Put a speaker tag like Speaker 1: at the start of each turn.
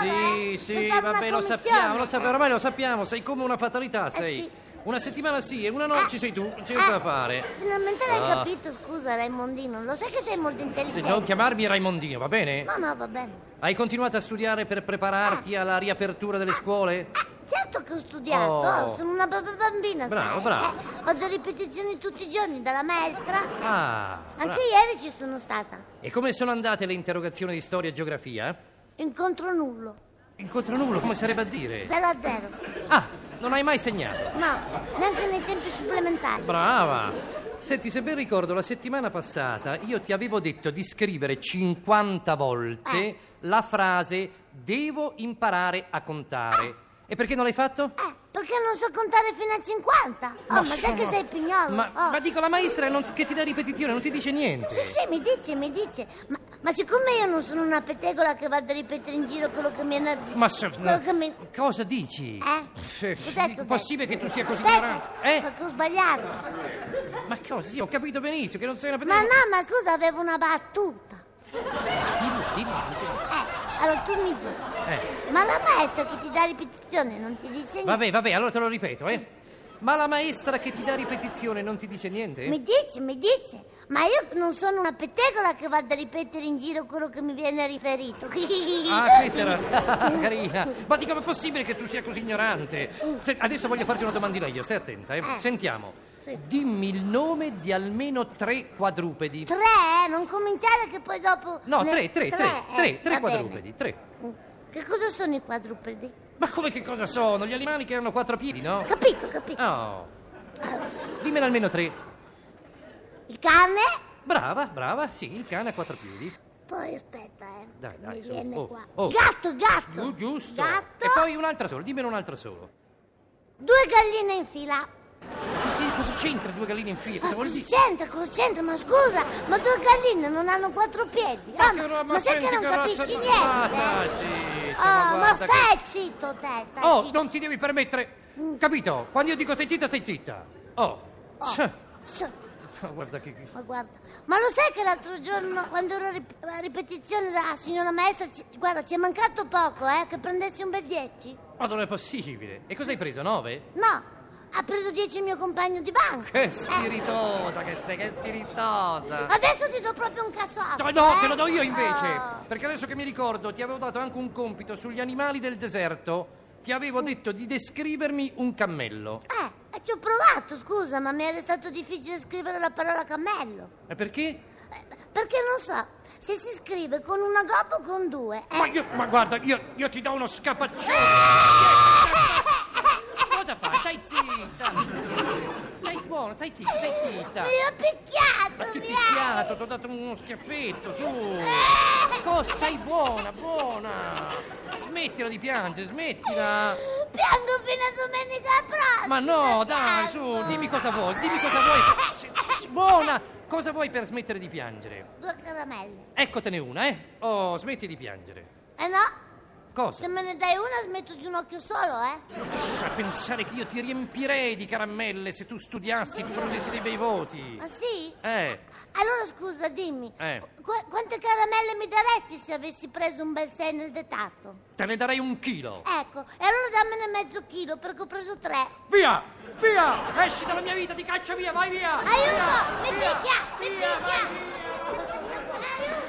Speaker 1: Oh, sì,
Speaker 2: per
Speaker 1: vabbè,
Speaker 2: farmi eh? una
Speaker 1: lo sappiamo,
Speaker 2: commissione. Eh,
Speaker 1: lo sappiamo, ormai lo sappiamo, sei come una fatalità, sei.
Speaker 2: sì.
Speaker 1: Una settimana sì e una no ci sei tu, c'è
Speaker 2: Eh,
Speaker 1: niente da fare.
Speaker 2: Finalmente l'hai
Speaker 1: Ah.
Speaker 2: capito, scusa Raimondino, lo sai che sei molto
Speaker 1: Se
Speaker 2: intelligente?
Speaker 1: non chiamarmi Raimondino, va bene?
Speaker 2: No, no, va bene.
Speaker 1: Hai continuato a studiare per prepararti alla riapertura delle scuole?
Speaker 2: Ah, certo che ho studiato,
Speaker 1: Oh.
Speaker 2: sono una b- b- bambina,
Speaker 1: Bravo,
Speaker 2: sai.
Speaker 1: bravo.
Speaker 2: Eh, vado a ripetizioni tutti i giorni dalla maestra.
Speaker 1: Ah,
Speaker 2: Anche
Speaker 1: bravo.
Speaker 2: ieri ci sono stata.
Speaker 1: E come sono andate le interrogazioni di storia e geografia?
Speaker 2: Incontro nullo.
Speaker 1: Incontro nullo, come sarebbe a dire?
Speaker 2: 0 a 0.
Speaker 1: Ah, non hai mai segnato.
Speaker 2: No, neanche nei tempi supplementari.
Speaker 1: Brava. Senti, se ben ricordo, la settimana passata io ti avevo detto di scrivere 50 volte
Speaker 2: Eh.
Speaker 1: la frase devo imparare a contare. E perché non l'hai fatto?
Speaker 2: Eh, perché non so contare fino a 50? Oh, ma sai che sei pignolo?
Speaker 1: Ma,
Speaker 2: Oh.
Speaker 1: ma dico, la maestra non- che ti dà ripetizione non ti dice niente.
Speaker 2: Sì, sì, mi dice, mi dice. Ma, ma siccome io non sono una pettegola che vado a ripetere in giro quello che mi è...
Speaker 1: Ma se-
Speaker 2: Quello che mi...
Speaker 1: cosa dici?
Speaker 2: Eh? Cos'è,
Speaker 1: È
Speaker 2: cos'è?
Speaker 1: possibile che tu sia così
Speaker 2: Aspetta,
Speaker 1: ignorante? Eh?
Speaker 2: perché ho sbagliato.
Speaker 1: Ma cosa? Sì, ho capito benissimo che non sei una
Speaker 2: Eh. Ma
Speaker 1: pedagoglia.
Speaker 2: no, ma scusa, avevo una battuta.
Speaker 1: Dillo, dillo.
Speaker 2: Eh, allora tu mi dici.
Speaker 1: Eh.
Speaker 2: Ma la maestra che ti dà ripetizione non ti dice niente?
Speaker 1: Vabbè, vabbè, allora te lo ripeto, eh. Ma la maestra che ti dà ripetizione non ti dice niente?
Speaker 2: Mi dice, mi dice. Ma io non sono una pettegola che vado a ripetere in giro quello che mi viene riferito.
Speaker 1: Ah, questa era carina. Ma dico, ma è possibile che tu sia così ignorante? Se- adesso voglio farti una domandina io, stai attenta, eh.
Speaker 2: Eh.
Speaker 1: Sentiamo.
Speaker 2: Sì.
Speaker 1: Dimmi il nome di almeno tre quadrupedi.
Speaker 2: Tre, eh? non cominciare che poi dopo...
Speaker 1: No,
Speaker 2: ne-
Speaker 1: tre, tre, tre, tre,
Speaker 2: eh, va
Speaker 1: tre,
Speaker 2: bene. Mm.
Speaker 1: quadrupedi, tre.
Speaker 2: Che cosa sono i quadrupedi?
Speaker 1: Ma come che cosa sono? Gli animali che hanno quattro piedi, no?
Speaker 2: Capito, capito.
Speaker 1: Oh, dimmene almeno tre.
Speaker 2: Il cane...
Speaker 1: Brava, brava, sì, il cane ha quattro piedi.
Speaker 2: Poi aspetta, eh.
Speaker 1: Dai,
Speaker 2: che
Speaker 1: dai,
Speaker 2: mi
Speaker 1: su,
Speaker 2: viene
Speaker 1: oh,
Speaker 2: qua.
Speaker 1: oh.
Speaker 2: Gatto, gatto.
Speaker 1: Giu- giusto.
Speaker 2: Gatto.
Speaker 1: E poi un'altra sola, dimmene un'altra sola.
Speaker 2: Due galline in fila.
Speaker 1: Sì, cosa c'entra due galline in fila? Cosa
Speaker 2: Ma
Speaker 1: vuol
Speaker 2: cosa
Speaker 1: dire?
Speaker 2: c'entra, cosa c'entra? Ma scusa, ma due galline non hanno quattro piedi. Ah,
Speaker 1: che
Speaker 2: ma,
Speaker 1: roba,
Speaker 2: ma sai che
Speaker 1: senti
Speaker 2: non
Speaker 1: che razza
Speaker 2: capisci
Speaker 1: di-
Speaker 2: niente?
Speaker 1: Ma dai, zitto, ma
Speaker 2: oh, ma
Speaker 1: guarda che-
Speaker 2: stai zitto te, stai
Speaker 1: Oh,
Speaker 2: zitto.
Speaker 1: non ti devi permettere. Capito? Quando io dico stai zitta, stai zitta. Oh.
Speaker 2: Oh.
Speaker 1: Cioè,
Speaker 2: Sì,
Speaker 1: ma guarda che. che-
Speaker 2: Ma guarda, ma lo sai che l'altro giorno, quando ero rip- a ripetizione dalla signora maestra, ci- guarda, ci è mancato poco, eh, che prendessi un bel 10?
Speaker 1: Ma non è possibile. E cosa hai preso? Nove?
Speaker 2: No, ha preso 10 il mio compagno di banco.
Speaker 1: Che spiritosa che sei, che spiritosa.
Speaker 2: Adesso ti do proprio un cassotto.
Speaker 1: No, no,
Speaker 2: Ah, eh.
Speaker 1: te lo do io invece.
Speaker 2: Oh.
Speaker 1: Perché adesso che mi ricordo, ti avevo dato anche un compito sugli animali del deserto. Ti
Speaker 2: Mm.
Speaker 1: avevo detto di descrivermi un cammello.
Speaker 2: Eh, eh, ci ho provato, scusa, ma mi è stato difficile scrivere la parola cammello.
Speaker 1: E perché?
Speaker 2: Eh, perché non so se si scrive con una gobba o con due. Eh.
Speaker 1: Ma, io, ma guarda, io, io ti do uno scapaccione. Cosa fai? Stai zitta. Stai buono, stai zitta, stai zitta.
Speaker 2: Mi ho picchiato,
Speaker 1: Ma ti ho
Speaker 2: mi
Speaker 1: picchiato, ti ho dato uno schiaffetto, su. Cosa sei buona, buona. Smettila di piangere, smettila.
Speaker 2: Piango fino a domenica prossima.
Speaker 1: Ma no, dai, su, dimmi cosa vuoi, dimmi cosa vuoi. S- s- s- Buona, cosa vuoi per smettere di piangere?
Speaker 2: Due caramelle.
Speaker 1: Eccotene una, eh. Oh, smetti di piangere.
Speaker 2: Eh no,
Speaker 1: Cosa?
Speaker 2: se me ne dai una smetto di un occhio solo, eh.
Speaker 1: A pensare che io ti riempirei di caramelle se tu studiassi e ti prendessi dei bei voti.
Speaker 2: Ma sì?
Speaker 1: Eh,
Speaker 2: Allora scusa, dimmi,
Speaker 1: Eh.
Speaker 2: qu- quante caramelle mi daresti se avessi preso un bel sei nel detato?
Speaker 1: te ne darei un chilo.
Speaker 2: Ecco, e allora dammene mezzo chilo perché ho preso tre.
Speaker 1: Via, via, esci dalla mia vita, ti caccio via, vai via.
Speaker 2: Aiuto,
Speaker 1: Via,
Speaker 2: mi
Speaker 1: via,
Speaker 2: picchia, mi
Speaker 1: via, vai
Speaker 2: picchia. Aiuto.